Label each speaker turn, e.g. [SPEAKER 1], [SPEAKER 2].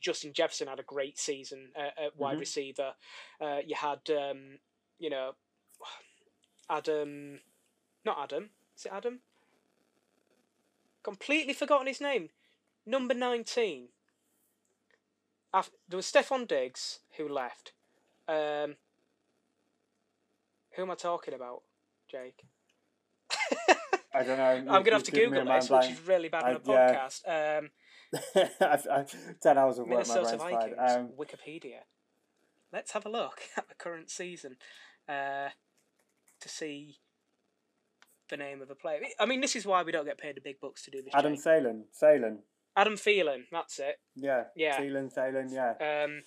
[SPEAKER 1] Justin Jefferson had a great season at, at wide
[SPEAKER 2] Mhm.
[SPEAKER 1] receiver. Uh, you had, um, you know, Adam, not Adam. Is it Adam? Completely forgotten his name. Number nineteen. Af there was Stefan Diggs who left. Um, who am I talking about, Jake?
[SPEAKER 2] I don't know.
[SPEAKER 1] I'm gonna have to Google this, which is really bad on
[SPEAKER 2] I-
[SPEAKER 1] a
[SPEAKER 2] yeah.
[SPEAKER 1] podcast. Um,
[SPEAKER 2] I've, I've, ten hours of work. My
[SPEAKER 1] Minnesota
[SPEAKER 2] brain's
[SPEAKER 1] Vikings
[SPEAKER 2] fried. Um,
[SPEAKER 1] Wikipedia. Let's have a look at the current season uh, to see the name of the player. I mean, this is why we don't get paid the big bucks to do this.
[SPEAKER 2] Adam
[SPEAKER 1] Jake.
[SPEAKER 2] Thalen. Thalen.
[SPEAKER 1] Adam Phelan, that's it.
[SPEAKER 2] Yeah.
[SPEAKER 1] Yeah.
[SPEAKER 2] Thielen, Thalen. Yeah.
[SPEAKER 1] Um,